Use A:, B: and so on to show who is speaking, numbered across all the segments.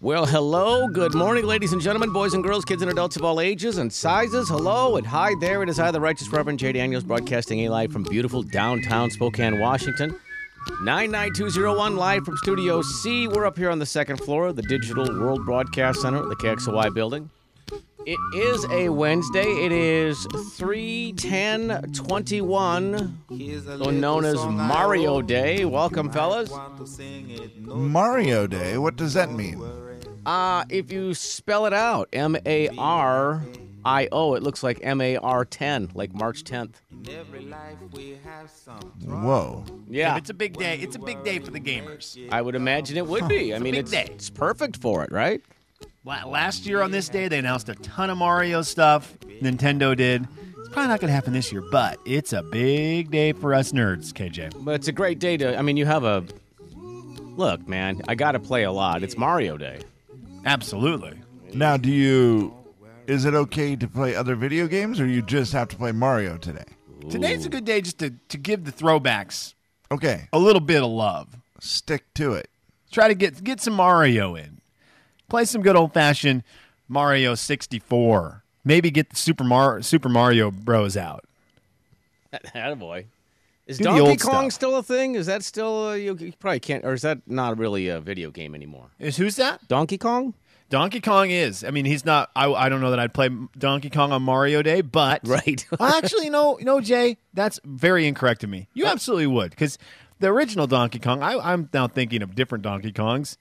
A: Well, hello. Good morning, ladies and gentlemen, boys and girls, kids and adults of all ages and sizes. Hello and hi there. It is I, the Righteous Reverend Jay Daniels, broadcasting a live from beautiful downtown Spokane, Washington. 99201 live from Studio C. We're up here on the second floor of the Digital World Broadcast Center at the KXOY building. It is a Wednesday. It is 31021, or known as Mario Day. Welcome, fellas.
B: Mario Day. What does that mean?
A: Uh, if you spell it out, M A R I O, it looks like M A R 10, like March 10th.
B: Whoa.
A: Yeah,
C: It's a big day. It's a big day for the gamers.
A: I would imagine it would be. I mean, it's,
C: day.
A: it's perfect for it, right?
C: La- Last year on this day, they announced a ton of Mario stuff. Nintendo did. It's probably not going to happen this year, but it's a big day for us nerds, KJ.
A: But it's a great day to, I mean, you have a. Look, man, I got to play a lot. It's Mario Day.
C: Absolutely.
B: Now, do you. Is it okay to play other video games or you just have to play Mario today?
C: Today's a good day just to, to give the throwbacks
B: Okay.
C: a little bit of love.
B: Stick to it.
C: Try to get get some Mario in. Play some good old fashioned Mario 64. Maybe get the Super, Mar- Super Mario Bros out.
A: Attaboy. Is
C: Do the
A: Donkey
C: old
A: Kong
C: stuff.
A: still a thing? Is that still, uh, you, you probably can't, or is that not really a video game anymore?
C: Is who's that?
A: Donkey Kong?
C: Donkey Kong is. I mean, he's not. I, I don't know that I'd play Donkey Kong on Mario Day, but
A: Right.
C: Actually, no, no, Jay, that's very incorrect of me.
A: Uh,
C: You absolutely would, because the original Donkey Kong. I, I'm now thinking of different Donkey Kongs.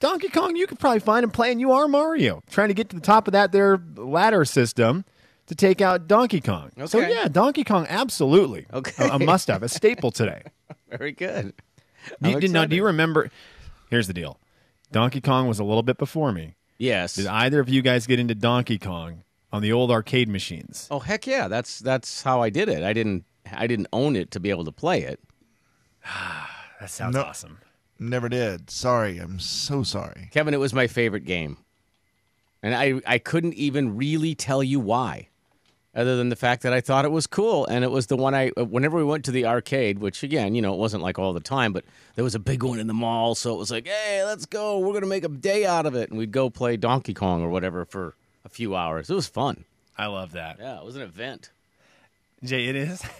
C: Donkey Kong, you could probably find and play, and you are Mario, trying to get to the top of that there ladder system to take out Donkey Kong. So
A: Okay.
C: yeah, Donkey Kong, absolutely.
A: Okay.
C: a, a must have, a staple today.
A: Very good.
C: Do you,
A: I'm
C: do- now, do you
A: excited.
C: remember? Here's the deal: Donkey Kong was a little bit before me.
A: Yes.
C: Did either of you guys get into Donkey Kong on the old arcade machines?
A: Oh heck yeah, that's that's how I did it. I didn't I didn't own it to be able to play it.
C: That sounds
B: No.
C: awesome.
B: Never did. Sorry. I'm so sorry.
A: Kevin, it was my favorite game. And I I couldn't even really tell you why. Other than the fact that I thought it was cool, and it was the one I, whenever we went to the arcade, which again, you know, it wasn't like all the time, but there was a big one in the mall, so it was like, hey, let's go, we're gonna make a day out of it, and we'd go play Donkey Kong or whatever for a few hours. It was fun.
C: I love that.
A: Yeah, it was an event.
C: Jay, it is.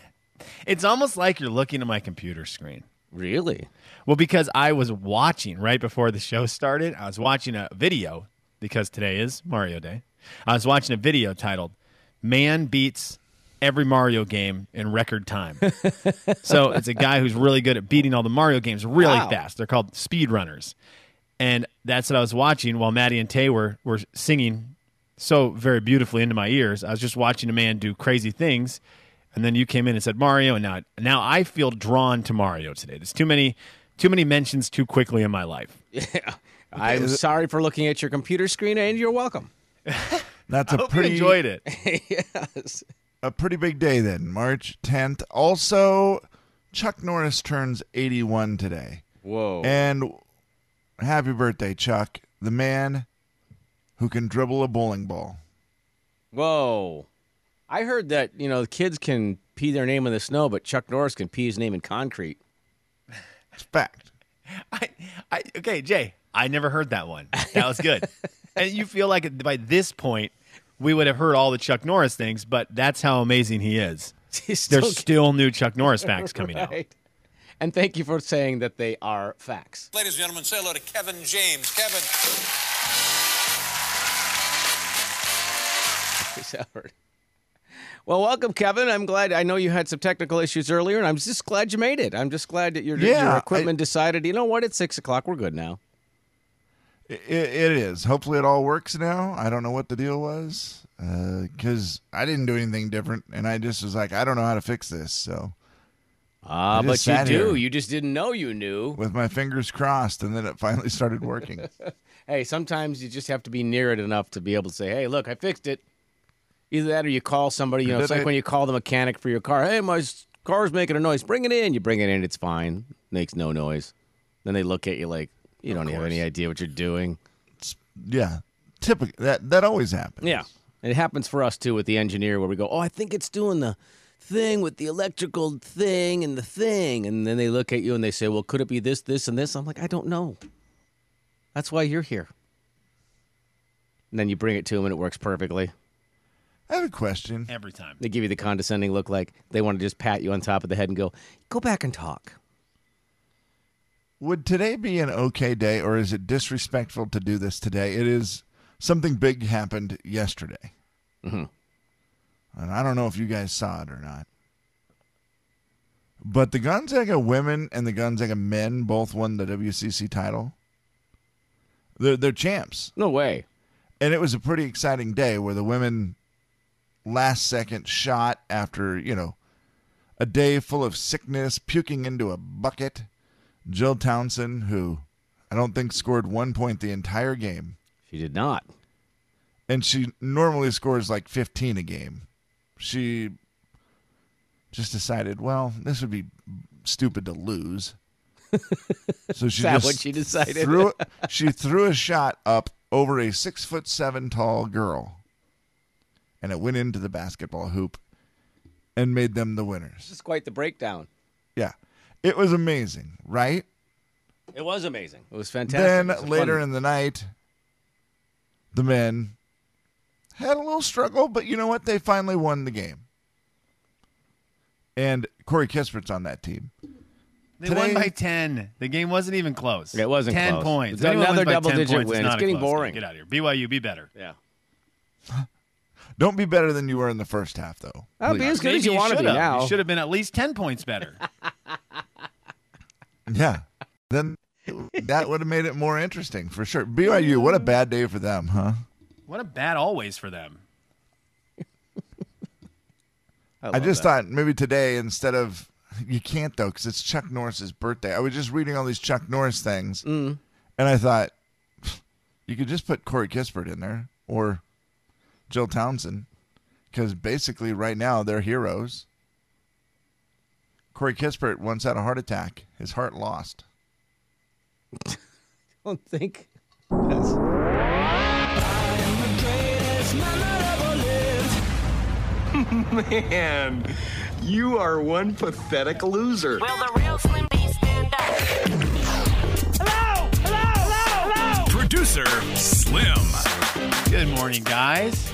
C: It's almost like you're looking at my computer screen.
A: Really?
C: Well, because I was watching right before the show started, I was watching a video because today is Mario Day. I was watching a video titled Man Beats Every Mario Game in Record Time. so it's a guy who's really good at beating all the Mario games really
A: Wow.
C: fast. They're called speedrunners. And that's what I was watching while Maddie and Tay were, were singing so very beautifully into my ears. I was just watching a man do crazy things. And then you came in and said Mario, and now now I feel drawn to Mario today. There's too many too many mentions too quickly in my life.
A: I'm sorry for looking at your computer screen, and you're welcome.
B: That's
C: I
B: a
C: hope
B: pretty
C: you enjoyed it.
A: yes.
B: a pretty big day then, March 10th. Also, Chuck Norris turns 81 today.
A: Whoa.
B: And happy birthday, Chuck, the man who can dribble a bowling ball.
A: Whoa. I heard that, you know, the kids can pee their name in the snow, but Chuck Norris can pee his name in concrete.
B: It's a fact.
C: I, I, okay, Jay, I never heard that one. That was good. and you feel like by this point, we would have heard all the Chuck Norris things, but that's how amazing he is.
A: He's still
C: There's still new Chuck Norris facts coming out.
A: right. And thank you for saying that they are facts.
D: Ladies and gentlemen, say hello to Kevin James. Kevin.
A: Chris Howard. Well, welcome, Kevin. I'm glad. I know you had some technical issues earlier, and I'm just glad you made it. I'm just glad that your,
B: Yeah,
A: your
B: I-
A: equipment decided, you know what, it's six o'clock. We're good now.
B: It, it is. Hopefully, it all works now. I don't know what the deal was because I didn't do anything different, and I just was like, I don't know how to fix this. So I
A: Ah,
B: just
A: but you
B: sat
A: do.
B: here.
A: You just didn't know you knew.
B: with my fingers crossed, and then it finally started working.
A: Hey, sometimes you just have to be near it enough to be able to say, "Hey, look, I fixed it." Either that, or you call somebody. You know, it's
B: Did
A: like
B: I-
A: when you call the mechanic for your car. Hey, my s- car's making a noise. Bring it in. You bring it in. It's fine. Makes no noise. Then they look at you like you don't have any idea what you're doing.
B: yeah, typical. That that always happens.
A: Yeah. And it happens for us too with the engineer where we go, Oh, I think it's doing the thing with the electrical thing and the thing. And then they look at you and they say, Well, could it be this, this, and this? I'm like, I don't know. That's why you're here. And then you bring it to them and it works perfectly.
B: I have a question.
C: every time.
A: They give you the condescending look like they want to just pat you on top of the head and go, Go back and talk.
B: Would today be an okay day, or is it disrespectful to do this today? It is something big happened yesterday, and I don't know if you guys saw it or not. But the Gonzaga women and the Gonzaga men both won the WCC title. They're they're champs,
A: No way.
B: and it was a pretty exciting day where the women last second shot after you know a day full of sickness puking into a bucket jill townsend who i don't think scored one point the entire game
A: She did not.
B: and she normally scores like 15 a game she just decided well this would be stupid to lose so she
A: Is that
B: just
A: what she decided?
B: threw it- she threw a shot up over a six foot seven tall girl, and it went into the basketball hoop, and made them the winners.
A: This is quite the breakdown.
B: Yeah, it was amazing, right?
A: It was amazing. It was fantastic.
B: Then
A: It was a
B: later
A: fun-
B: in the night, the men had a little struggle, but you know what? They finally won the game. And Corey Kispert's on that team.
C: They won
B: Today-
C: by ten. The game wasn't even close.
A: It wasn't
C: ten
A: close.
C: points.
A: It's
C: If anyone
A: another
C: wins by 10
A: double-digit
C: points,
A: win.
C: not
A: It's
C: a
A: getting
C: close game.
A: boring.
C: Get out of here. BYU, be better.
A: Yeah.
B: Don't be better than you were in the first half, though.
A: I'll be
B: please.
A: as good
C: Maybe
A: as you, want to be
C: should've.
A: now.
C: You should have been at least ten points better.
B: Yeah. Then that would have made it more interesting for sure. BYU, what a bad day for them, huh?
C: what a bad always for them.
B: I, just thought maybe today instead of you can't though because it's Chuck Norris's birthday. I was just reading all these Chuck Norris things, and I thought you could just put Corey Kispert in there or Jill Townsend because basically right now they're heroes. Corey Kispert once had a heart attack; his heart lost.
A: don't think.
E: Man, you are one pathetic
F: Will
E: loser.
F: the real Slim B stand up?
E: Producer Slim.
C: Good morning, guys.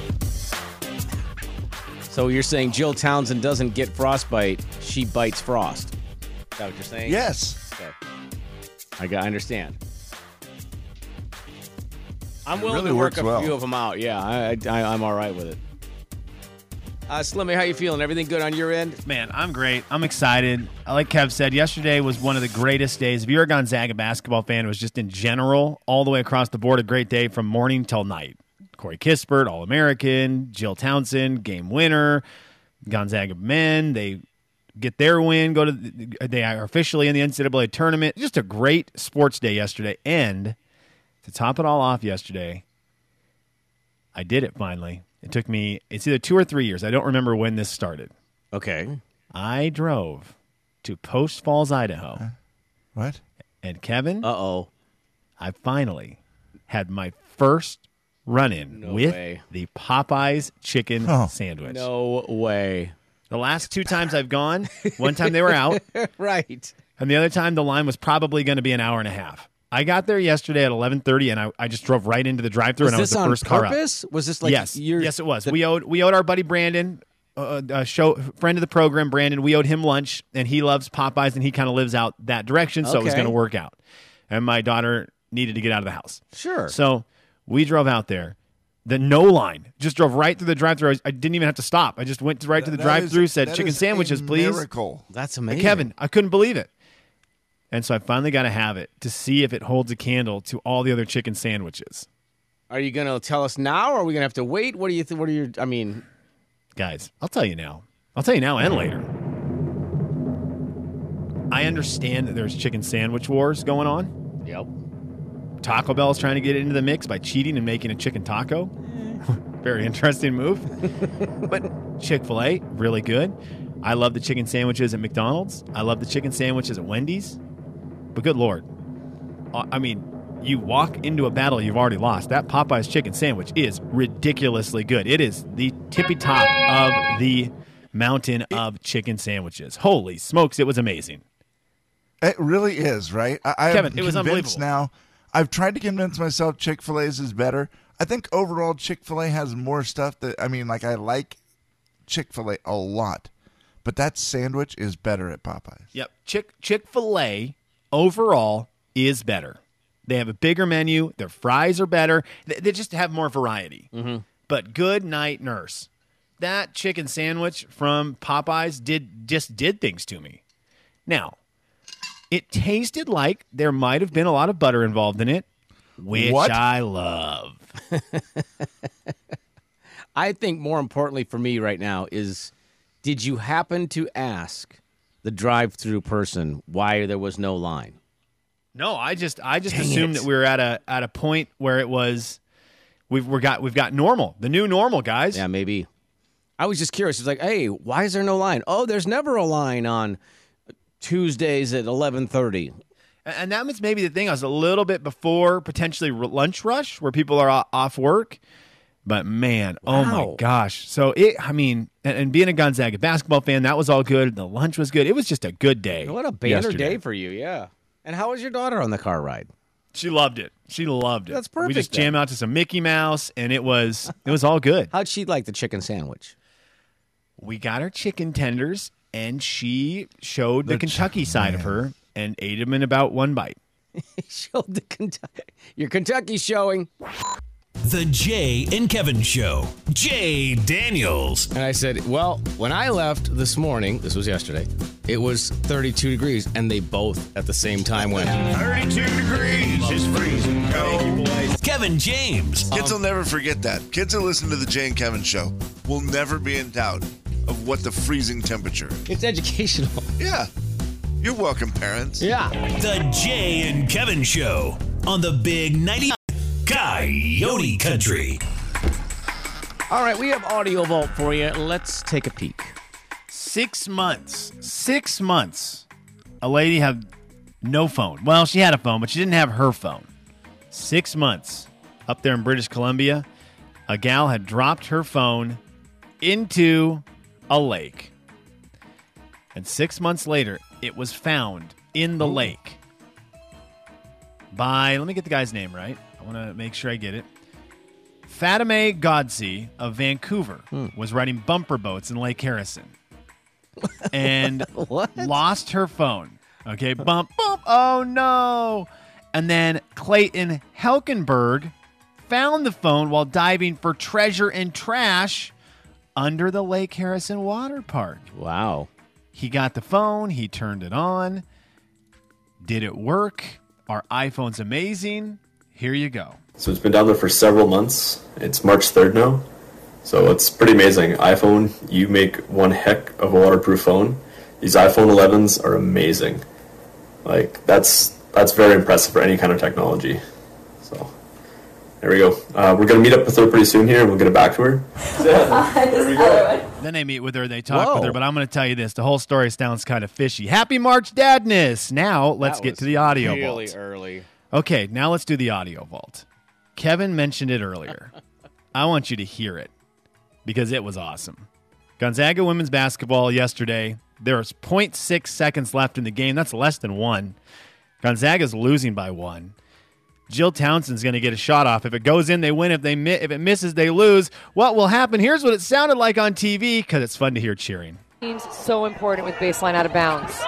A: So you're saying Jill Townsend doesn't get frostbite; she bites frost. Is that what you're saying?
B: Yes,
A: Okay. I got. I understand. I'm
B: It
A: willing
B: really
A: to work
B: works
A: a
B: well.
A: few of them out. Yeah, I, I, I'm all right with it. Uh, Slimmy, how you feeling? Everything good on your end?
C: Man, I'm great. I'm excited. Like Kev said, yesterday was one of the greatest days. If you're a Gonzaga basketball fan, it was just in general, all the way across the board, a great day from morning till night. Corey Kispert, All American, Jill Townsend, game winner. Gonzaga men, they get their win, go to the, they are officially in the NCAA tournament. Just a great sports day yesterday. And to top it all off yesterday, I did it finally. It took me, it's either two or three years. I don't remember when this started.
A: Okay.
C: I drove to Post Falls, Idaho,
B: what?
C: and Kevin,
A: Uh oh.
C: I finally had my first run in
A: No
C: with
A: way.
C: the Popeyes chicken
B: Oh.
C: sandwich.
A: No way.
C: The last two times I've gone, one time they were out,
A: right.
C: and the other time the line was probably going to be an hour and a half. I got there yesterday at 11:30 and I, I just drove right into the drive-through
A: Was
C: and I was
A: this
C: the
A: on
C: first car up.
A: purpose? Was this like
C: yes,
A: Your,
C: yes, it was. we owed we owed our buddy Brandon, uh, a show friend of the program, Brandon. We owed him lunch, and he loves Popeyes, and he kind of lives out that direction, so it was
A: Okay.
C: going to work out. And my daughter needed to get out of the house,
A: Sure.
C: so we drove out there. The no line just drove right through the drive-through. I, I didn't even have to stop. I just went right to the
B: That is-
C: drive-through, said
B: that
C: chicken
B: is a
C: sandwiches, please.
B: Miracle.
A: That's
C: But
A: amazing.
C: Kevin, I couldn't believe it. And so I finally got to have it to see if it holds a candle to all the other chicken sandwiches.
A: Are you going to tell us now, or are we going to have to wait? What do you? Th- what are your? I mean,
C: guys, I'll tell you now. I'll tell you now and later. I understand that there's chicken sandwich wars going on.
A: Yep.
C: Taco Bell's trying to get into the mix by cheating and making a chicken taco. Very interesting move. but Chick fil A, really good. I love the chicken sandwiches at McDonald's. I love the chicken sandwiches at Wendy's. But good Lord. I I mean, you walk into a battle you've already lost. That Popeye's chicken sandwich is ridiculously good. It is the tippy top of the mountain of chicken sandwiches. Holy smokes, it was amazing.
B: It really is, right? I, I
C: Kevin,
B: am
C: it was
B: convinced
C: unbelievable.
B: Now, I've tried to convince myself Chick Fil A's is better. I think overall Chick Fil A has more stuff that I mean, like I like Chick Fil A a lot, but that sandwich is better at Popeyes.
C: Yep. Chick Chick fil A overall is better. They have a bigger menu. Their fries are better. They, they just have more variety.
A: Mm-hmm.
C: But good night, nurse. That chicken sandwich from Popeyes did just did things to me. Now, it tasted like there might have been a lot of butter involved in it, which
A: What?
C: I love.
A: I think more importantly for me right now is, did you happen to ask the drive-through person why there was no line?
C: No, I just I just
A: Dang
C: assumed
A: it.
C: that we were at a at a point where it was we've we got we've got normal, the new normal, guys.
A: Yeah, maybe. I was just curious. It's like, hey, why is there no line? Oh, there's never a line on Tuesdays at eleven thirty.
C: And- And that was maybe the thing. I was a little bit before potentially r- lunch rush where people are o- off work. But man, oh my
A: Wow.
C: gosh. So it, I mean, and, and being a Gonzaga basketball fan, that was all good. The lunch was good. It was just a good day.
A: What a banner
C: yesterday.
A: day for you, yeah. And how was your daughter on the car ride?
C: She loved it. She loved it.
A: That's
C: We
A: perfect
C: just
A: then.
C: jam out to some Mickey Mouse and it was, it was all good.
A: How'd she like the chicken sandwich?
C: We got her chicken tenders and she showed the, Kentucky side of her and ate them in about one bite.
A: Showed the Kentucky, your Kentucky showing.
G: The Jay and Kevin Show. Jay Daniels.
A: And I said, well, when I left this morning, this was yesterday, it was 32 degrees, and they both at the same time went.
E: 32 degrees is freezing cold.
G: Kevin James.
H: Kids will never forget that. Kids that listen to the Jay and Kevin show will never be in doubt of what the freezing temperature is.
A: It's educational.
H: Yeah. You're welcome, parents.
A: Yeah.
G: The Jay and Kevin Show on the Big 90 Coyote Country.
A: All right, we have Audio Vault for you. Let's take a peek.
C: Six months. Six months. A lady had no phone. Well, she had a phone, but she didn't have her phone. Six months up there in British Columbia, a gal had dropped her phone into a lake. And six months later, it was found in the lake by, let me get the guy's name right. I want to make sure I get it. Fatime Godsey of Vancouver was riding bumper boats in Lake Harrison and lost her phone. Okay, bump, bump. Oh no. And then Clayton Helkenberg found the phone while diving for treasure and trash under the Lake Harrison Water Park.
A: Wow.
C: He got the phone, he turned it on. Did it work? Our iPhone's amazing. Here you go.
I: So it's been down there for several months. It's March 3rd now. So it's pretty amazing. iPhone, you make one heck of a waterproof phone. These iPhone 11s are amazing. Like that's that's very impressive for any kind of technology. So there we go. Uh, we're gonna meet up with her pretty soon here, and we'll get it back to her.
C: Then they meet with her, they talk with
I: Whoa.
C: her, but I'm going to tell you this the whole story sounds kind of fishy. Happy March Dadness! Now let's
A: That
C: get
A: was
C: to the audio
A: really
C: vault.
A: early.
C: Okay, now let's do the audio vault. Kevin mentioned it earlier. I want you to hear it because it was awesome. Gonzaga women's basketball yesterday, there was 0.6 seconds left in the game. That's less than one. Gonzaga's losing by one. Jill Townsend's going to get a shot off. If it goes in, they win. If they mi- if it misses, they lose. What will happen? Here's what it sounded like on TV because it's fun to hear cheering.
J: Seems so important with baseline out of bounds.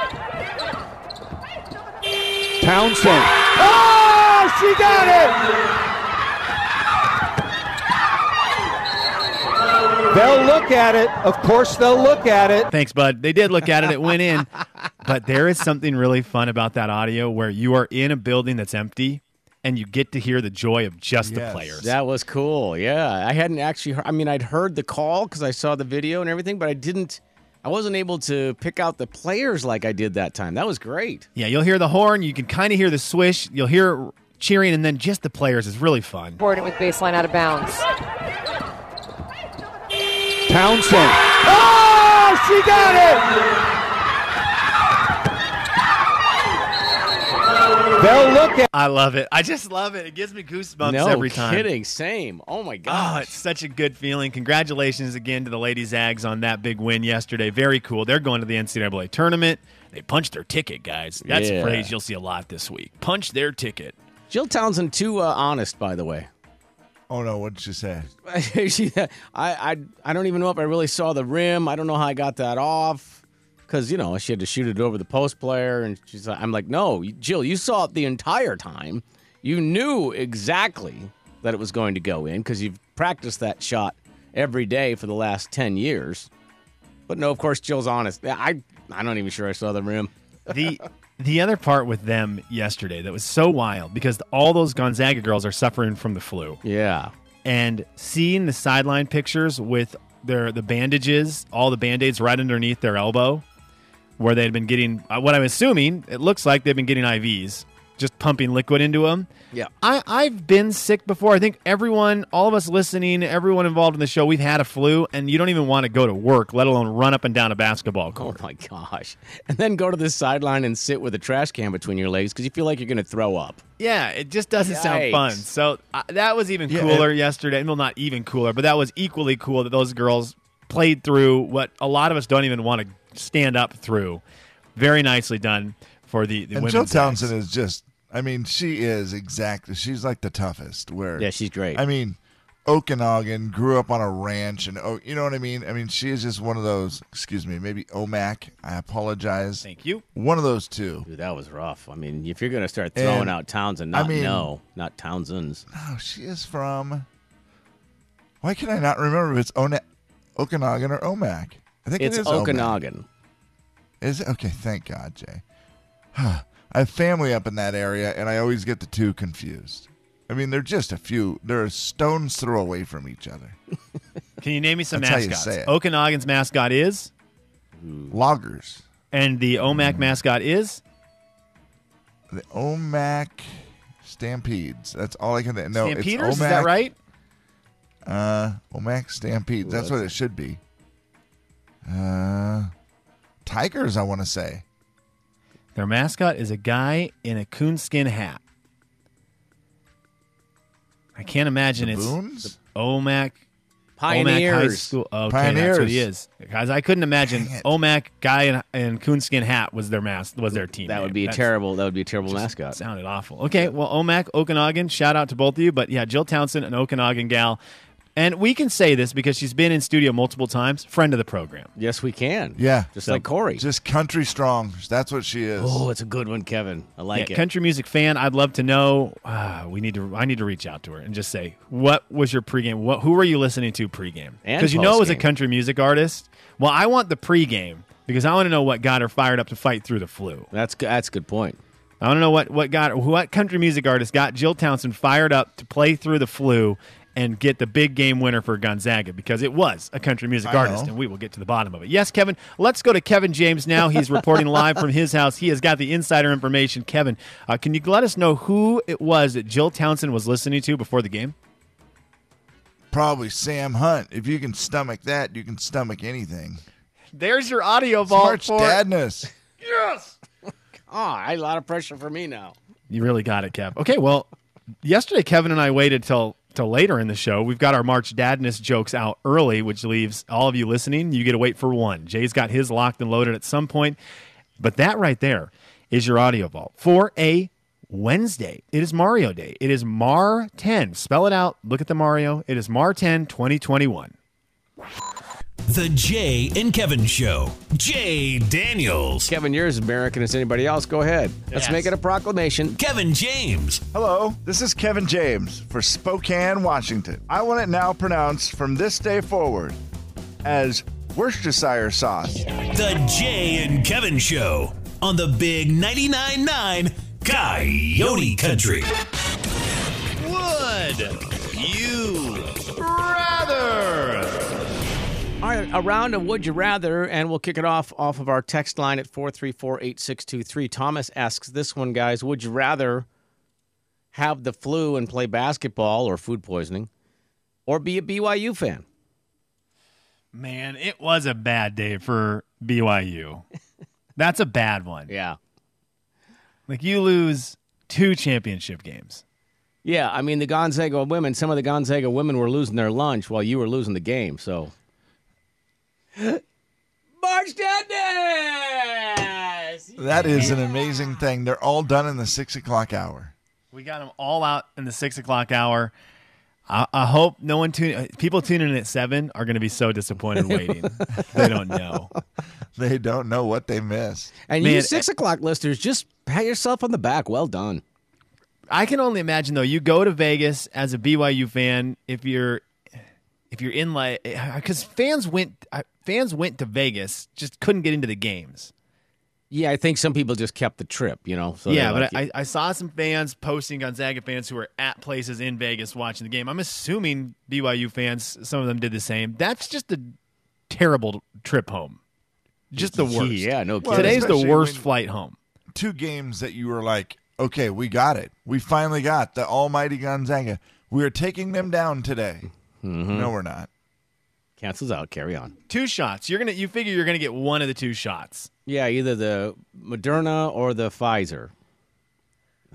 C: Townsend.
E: Oh, she got it!
K: They'll look at it. Of course, they'll look at it.
C: Thanks, bud. They did look at it. It went in. but there is something really fun about that audio where you are in a building that's empty and you get to hear the joy of just the
A: Yes.
C: players.
A: That was cool. Yeah, I hadn't actually. Heard, I mean, I'd heard the call because I saw the video and everything, but I didn't. I wasn't able to pick out the players like I did that time. That was great.
C: Yeah, you'll hear the horn, you can kind of hear the swish, you'll hear cheering, and then just the players is really fun.
J: Important with baseline out of bounds.
C: Townsend.
E: Oh, she got it!
C: They'll look at. I love it. I just love it. It gives me goosebumps
A: no
C: every time.
A: kidding. Same. Oh my
C: Oh,
A: god.
C: it's such a good feeling. Congratulations again to the Lady Zags on that big win yesterday. Very cool. They're going to the NCAA tournament. They punched their ticket, guys. That's
A: Yeah.
C: a phrase you'll see a lot this week. Punch their ticket.
A: Jill Townsend too uh, honest, by the way.
B: Oh no, what did she say?
A: she, I, I, I don't even know if I really saw the rim. I don't know how I got that off because you know she had to shoot it over the post player, and she's like, I'm like, no, Jill, you saw it the entire time. You knew exactly that it was going to go in because you've practiced that shot every day for the last ten years. But no, of course, Jill's honest. I, I'm not even sure I saw the rim.
C: The the other part with them yesterday that was so wild because all those Gonzaga girls are suffering from the flu.
A: Yeah.
C: And seeing the sideline pictures with their the bandages, all the band-aids right underneath their elbow where they'd been getting uh, what I'm assuming it looks like they've been getting IVs, just pumping liquid into them.
A: Yeah.
C: I, I've been sick before. I think everyone, all of us listening, everyone involved in the show, we've had a flu, and you don't even want to go to work, let alone run up and down a basketball court.
A: Oh my gosh! And then go to the sideline and sit with a trash can between your legs because you feel like you're going to throw up.
C: Yeah, it just doesn't sound
A: Yikes.
C: fun. So uh, that was even
A: Yeah,
C: cooler yesterday. Well, not even cooler, but that was equally cool that those girls played through what a lot of us don't even want to stand up through. Very nicely done for the, the
B: and
C: women's.
B: Jill Townsend is just, I mean, she is exactly, she's like the toughest. Where
A: Yeah, she's great.
B: I mean, Okanagan grew up on a ranch, and oh, you know what I mean. I mean, she is just one of those. Excuse me, maybe OMAC. I apologize.
C: Thank you.
B: One of those two.
A: Dude, that was rough. I mean, if you're going to start throwing
B: And,
A: out Townsend,
B: I
A: not
B: mean-
A: no, not Townsend's.
B: Oh, she is from. Why can I not remember if it's Ona- Okanagan or OMAC? I think
A: It's
B: it is OMAC. Oh,
A: Okanagan.
B: Is it okay? Thank God, Jay. I have family up in that area, and I always get the two confused. I mean, they're just a few. They're a stone's throw away from each other.
C: Can you name me some
B: That's how you
C: mascots?
B: say it.
C: Okanagan's mascot is
B: Loggers,
C: and the
B: Mm-hmm.
C: OMAC mascot is
B: the OMAC Stampedes. That's all I can think. No,
C: Stampeders.
B: it's
C: Is
B: OMAC,
C: that right?
B: Uh, OMAC Stampedes.
C: Ooh,
B: that's,
C: that's-
B: what it should be. Uh, Tigers. I want to say.
C: Their mascot is a guy in a coonskin hat. I can't imagine it's
B: Baboons?
C: the OMAC OMAC High
A: Pioneers.
C: School. Okay, that's what he
A: Pioneers.
C: is. Because I couldn't imagine
A: Dang it.
C: OMAC guy in, in coonskin hat was their mask was their team.
A: That would
C: name.
A: be a
C: That's-
A: terrible. That would be a terrible
C: just
A: mascot.
C: Sounded awful. Okay, well, OMAC, Okanagan, shout out to both of you. But yeah, Jill Townsend, an Okanagan gal. And we can say this because she's been in studio multiple times, friend of the program.
A: Yes, we can.
B: Yeah,
A: just like Corey.
B: Just country strong. That's what she is.
A: Oh, it's a good one, Kevin. I like
C: Yeah,
A: it.
C: country music fan. I'd love to know. Ah, we need to. I need to reach out to her and just say, what was your pregame? What who were you listening to pregame?
A: And
C: Because you know, as a
A: postgame.
C: country music artist, well, I want the pregame because I want to know what got her fired up to fight through the flu.
A: That's good. That's a good point.
C: I want to know what what got what country music artist got Jill Townsend fired up to play through the flu and get the big game winner for Gonzaga because it was a country music
A: I
C: artist
A: know.
C: and we will get to the bottom of it. Yes, Kevin, let's go to Kevin James now. He's reporting live from his house. He has got the insider information. Kevin, uh, can you let us know who it was that Jill Townsend was listening to before the game?
B: Probably Sam Hunt. If you can stomach that, you can stomach anything.
C: There's your audio
B: March
C: vault for
B: dadness.
A: Yes. Oh, I a lot of pressure for me now.
C: You really got it, Kev. Okay, well, yesterday Kevin and I waited till till later in the show. We've got our March Dadness jokes out early, which leaves all of you listening. You get to wait for one. Jay's got his locked and loaded at some point, but that right there is your audio vault for a Wednesday. It is Mario Day. It is Mar 10. Spell it out. Look at the Mario. It is Mar 10, 2021.
G: The Jay and Kevin Show. Jay Daniels.
A: Kevin, you're as American as anybody else. Go ahead. Let's
G: Yes.
A: make it a proclamation.
G: Kevin James.
B: Hello, this is Kevin James for Spokane, Washington. I want it now pronounced from this day forward as Worcestershire sauce.
G: The Jay and Kevin Show on the big 99.9 9 Coyote Country.
A: Would you rather? All right, a round of Would You Rather, and we'll kick it off off of our text line at 434-8623. Thomas asks this one, guys. Would you rather have the flu and play basketball or food poisoning or be a BYU fan?
C: Man, it was a bad day for BYU. That's a bad one.
A: Yeah.
C: Like you lose two championship games.
A: Yeah, I mean the Gonzaga women, some of the Gonzaga women were losing their lunch while you were losing the game, so March Madness.
B: That is an amazing thing. They're all done in the six o'clock hour.
C: We got them all out in the six o'clock hour. I, I hope no one tune. uh, People tuning in at seven are going to be so disappointed waiting. they don't know.
B: They don't know what they missed.
A: And you
C: Man,
A: six o'clock listeners, just pat yourself on the back. Well done.
C: I can only imagine though. You go to Vegas as a BYU fan. If you're if you're in like because fans went I- fans went to Vegas, just couldn't get into the games.
A: Yeah, I think some people just kept the trip, you know. So
C: yeah,
A: they're
C: but
A: like,
C: I, I saw some fans posting Gonzaga fans who were at places in Vegas watching the game. I'm assuming BYU fans, some of them did the same. That's just a terrible trip home. Just the worst.
A: Yeah, no
B: Well,
C: Today's the
B: especially
C: worst
B: when-
C: flight home.
B: Two games that you were like, okay, we got it. We finally got the almighty Gonzaga. We are taking them down today.
A: Mhm.
B: No, we're not.
A: cancels out. Carry on.
C: Two shots. You're gonna you figure you're gonna get one of the two shots.
A: Yeah, either the Moderna or the Pfizer.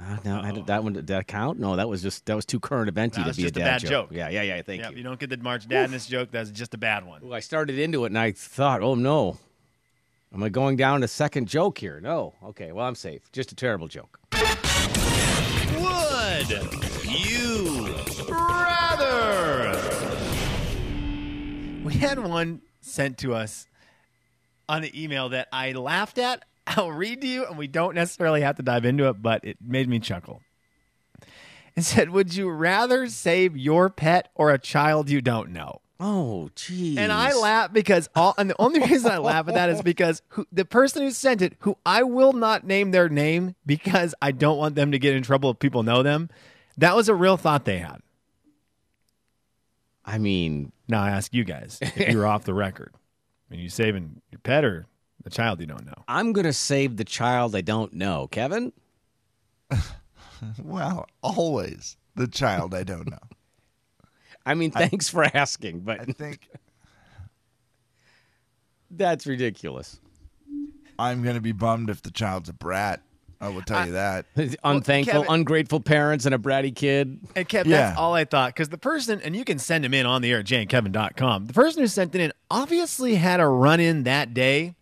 A: Uh, no, I did- that one did that count? No, that was just that was too current eventy
C: That
A: to
C: was
A: be
C: just
A: a
C: a
A: dad
C: bad joke.
A: Yeah, yeah, yeah. Thank
C: Yeah,
A: you.
C: you don't get the March Dadness joke. That's just a bad one.
A: Ooh, I started into it and I thought, oh no, am I going down a second joke here? No. Okay, well I'm safe. Just a terrible joke.
G: Would you rather?
C: We had one sent to us on an email that I laughed at. I'll read to you, and we don't necessarily have to dive into it, but it made me chuckle. It said, Would you rather save your pet or a child you don't know?
A: Oh, geez.
C: And I laugh because all, and the only reason I laugh at that is because who, the person who sent it, who I will not name their name because I don't want them to get in trouble if people know them, that was a real thought they had.
A: I mean,
C: Now I ask you guys, if you're off the record, and you saving your pet or the child you don't know?
A: I'm gonna save the child I don't know, Kevin.
B: Well, always the child I don't know.
A: I mean, thanks for asking, but I
B: think
A: that's ridiculous.
B: I'm gonna be bummed if the child's a brat. I will tell you that.
A: Unthankful,
C: Kevin-
A: ungrateful parents and a bratty kid.
C: And Kev,
B: Yeah.
C: that's all I thought. Because the person, and you can send him in on the air at jankevin.com. The person who sent it in obviously had a run in that day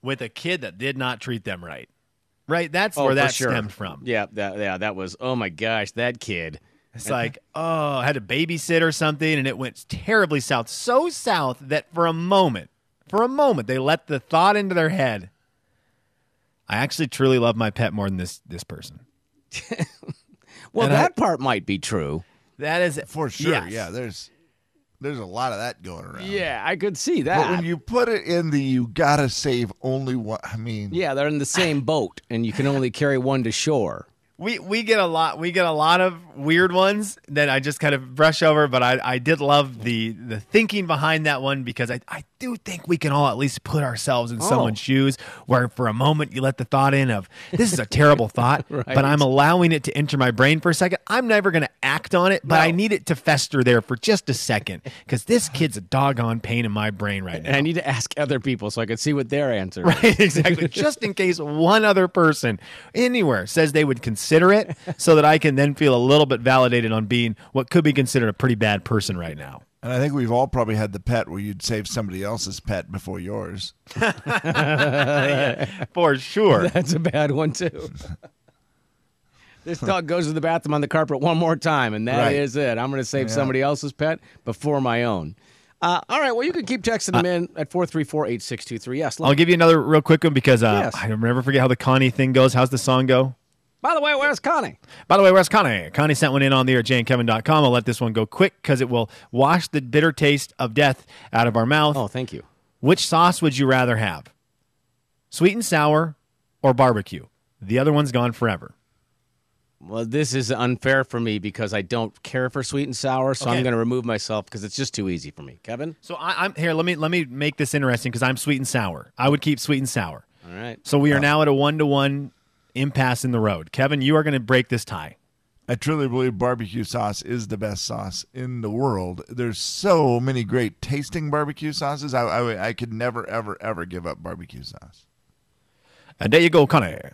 C: with a kid that did not treat them right. Right? That's
A: Oh,
C: where
A: for
C: that
A: sure.
C: stemmed from.
A: Yeah, that, yeah, that was. Oh my gosh, that kid.
C: It's like, oh, I had to babysit or something, and it went terribly south. So south that for a moment, for a moment, they let the thought into their head. I actually truly love my pet more than this this person.
A: well,
C: and I-
A: that part might be true.
C: That is
B: for sure.
C: yes.
B: Yeah, there's there's a lot of that going around.
A: Yeah, I could see
B: But
A: that.
B: when you put it in the you gotta save only one, I mean,
A: yeah, they're in the same boat, and you can only carry one to shore.
C: We we get a lot we get a lot of weird ones that I just kind of brush over, but I, I did love the the thinking behind that one because I, I do think we can all at least put ourselves in
A: Oh.
C: someone's shoes where for a moment you let the thought in of this is a terrible thought, but I'm allowing it to enter my brain for a second. I'm never gonna act on it, but I need it to fester there for just a second because this kid's a doggone pain in my brain right now.
A: And I need to ask other people so I could see what their answer. is.
C: Right, exactly. Just in case one other person anywhere says they would consider it, so that I can then feel a little bit validated on being what could be considered a pretty bad person right now.
B: and I think we've all probably had the pet where you'd save somebody else's pet before yours.
C: for sure.
A: That's a bad one too. this dog goes to the bathroom on the carpet one more time, and that
C: Right.
A: is it. I'm going to save
C: Yeah.
A: somebody else's pet before my own. Uh, all right. Well, you can keep texting them in at four three four eight six two three. Yes.
C: I'll give you another real quick one because uh,
A: Yes.
C: I'll never forget how the Connie thing goes. How's the song go?
A: By the way, where's Connie?
C: By the way, where's Connie? Connie sent one in on the air at jankevin.com. I'll let this one go quick because it will wash the bitter taste of death out of our mouth. Oh,
A: thank you.
C: Which sauce would you rather have? Sweet and sour or barbecue. The other one's gone forever.
A: Well, this is unfair for me because I don't care for sweet and sour, so I'm
C: Okay.
A: going to remove myself because it's just too easy for me. Kevin?
C: So I, I'm here. Let me let me make this interesting because I'm sweet and sour. I would keep sweet and sour.
A: All right.
C: So we are now at a one to one impasse in the road. Kevin, you are going to break this tie.
B: I truly believe barbecue sauce is the best sauce in the world. There's so many great tasting barbecue sauces. I, I, I could never, ever, ever give up barbecue sauce.
C: And there you go, Connor.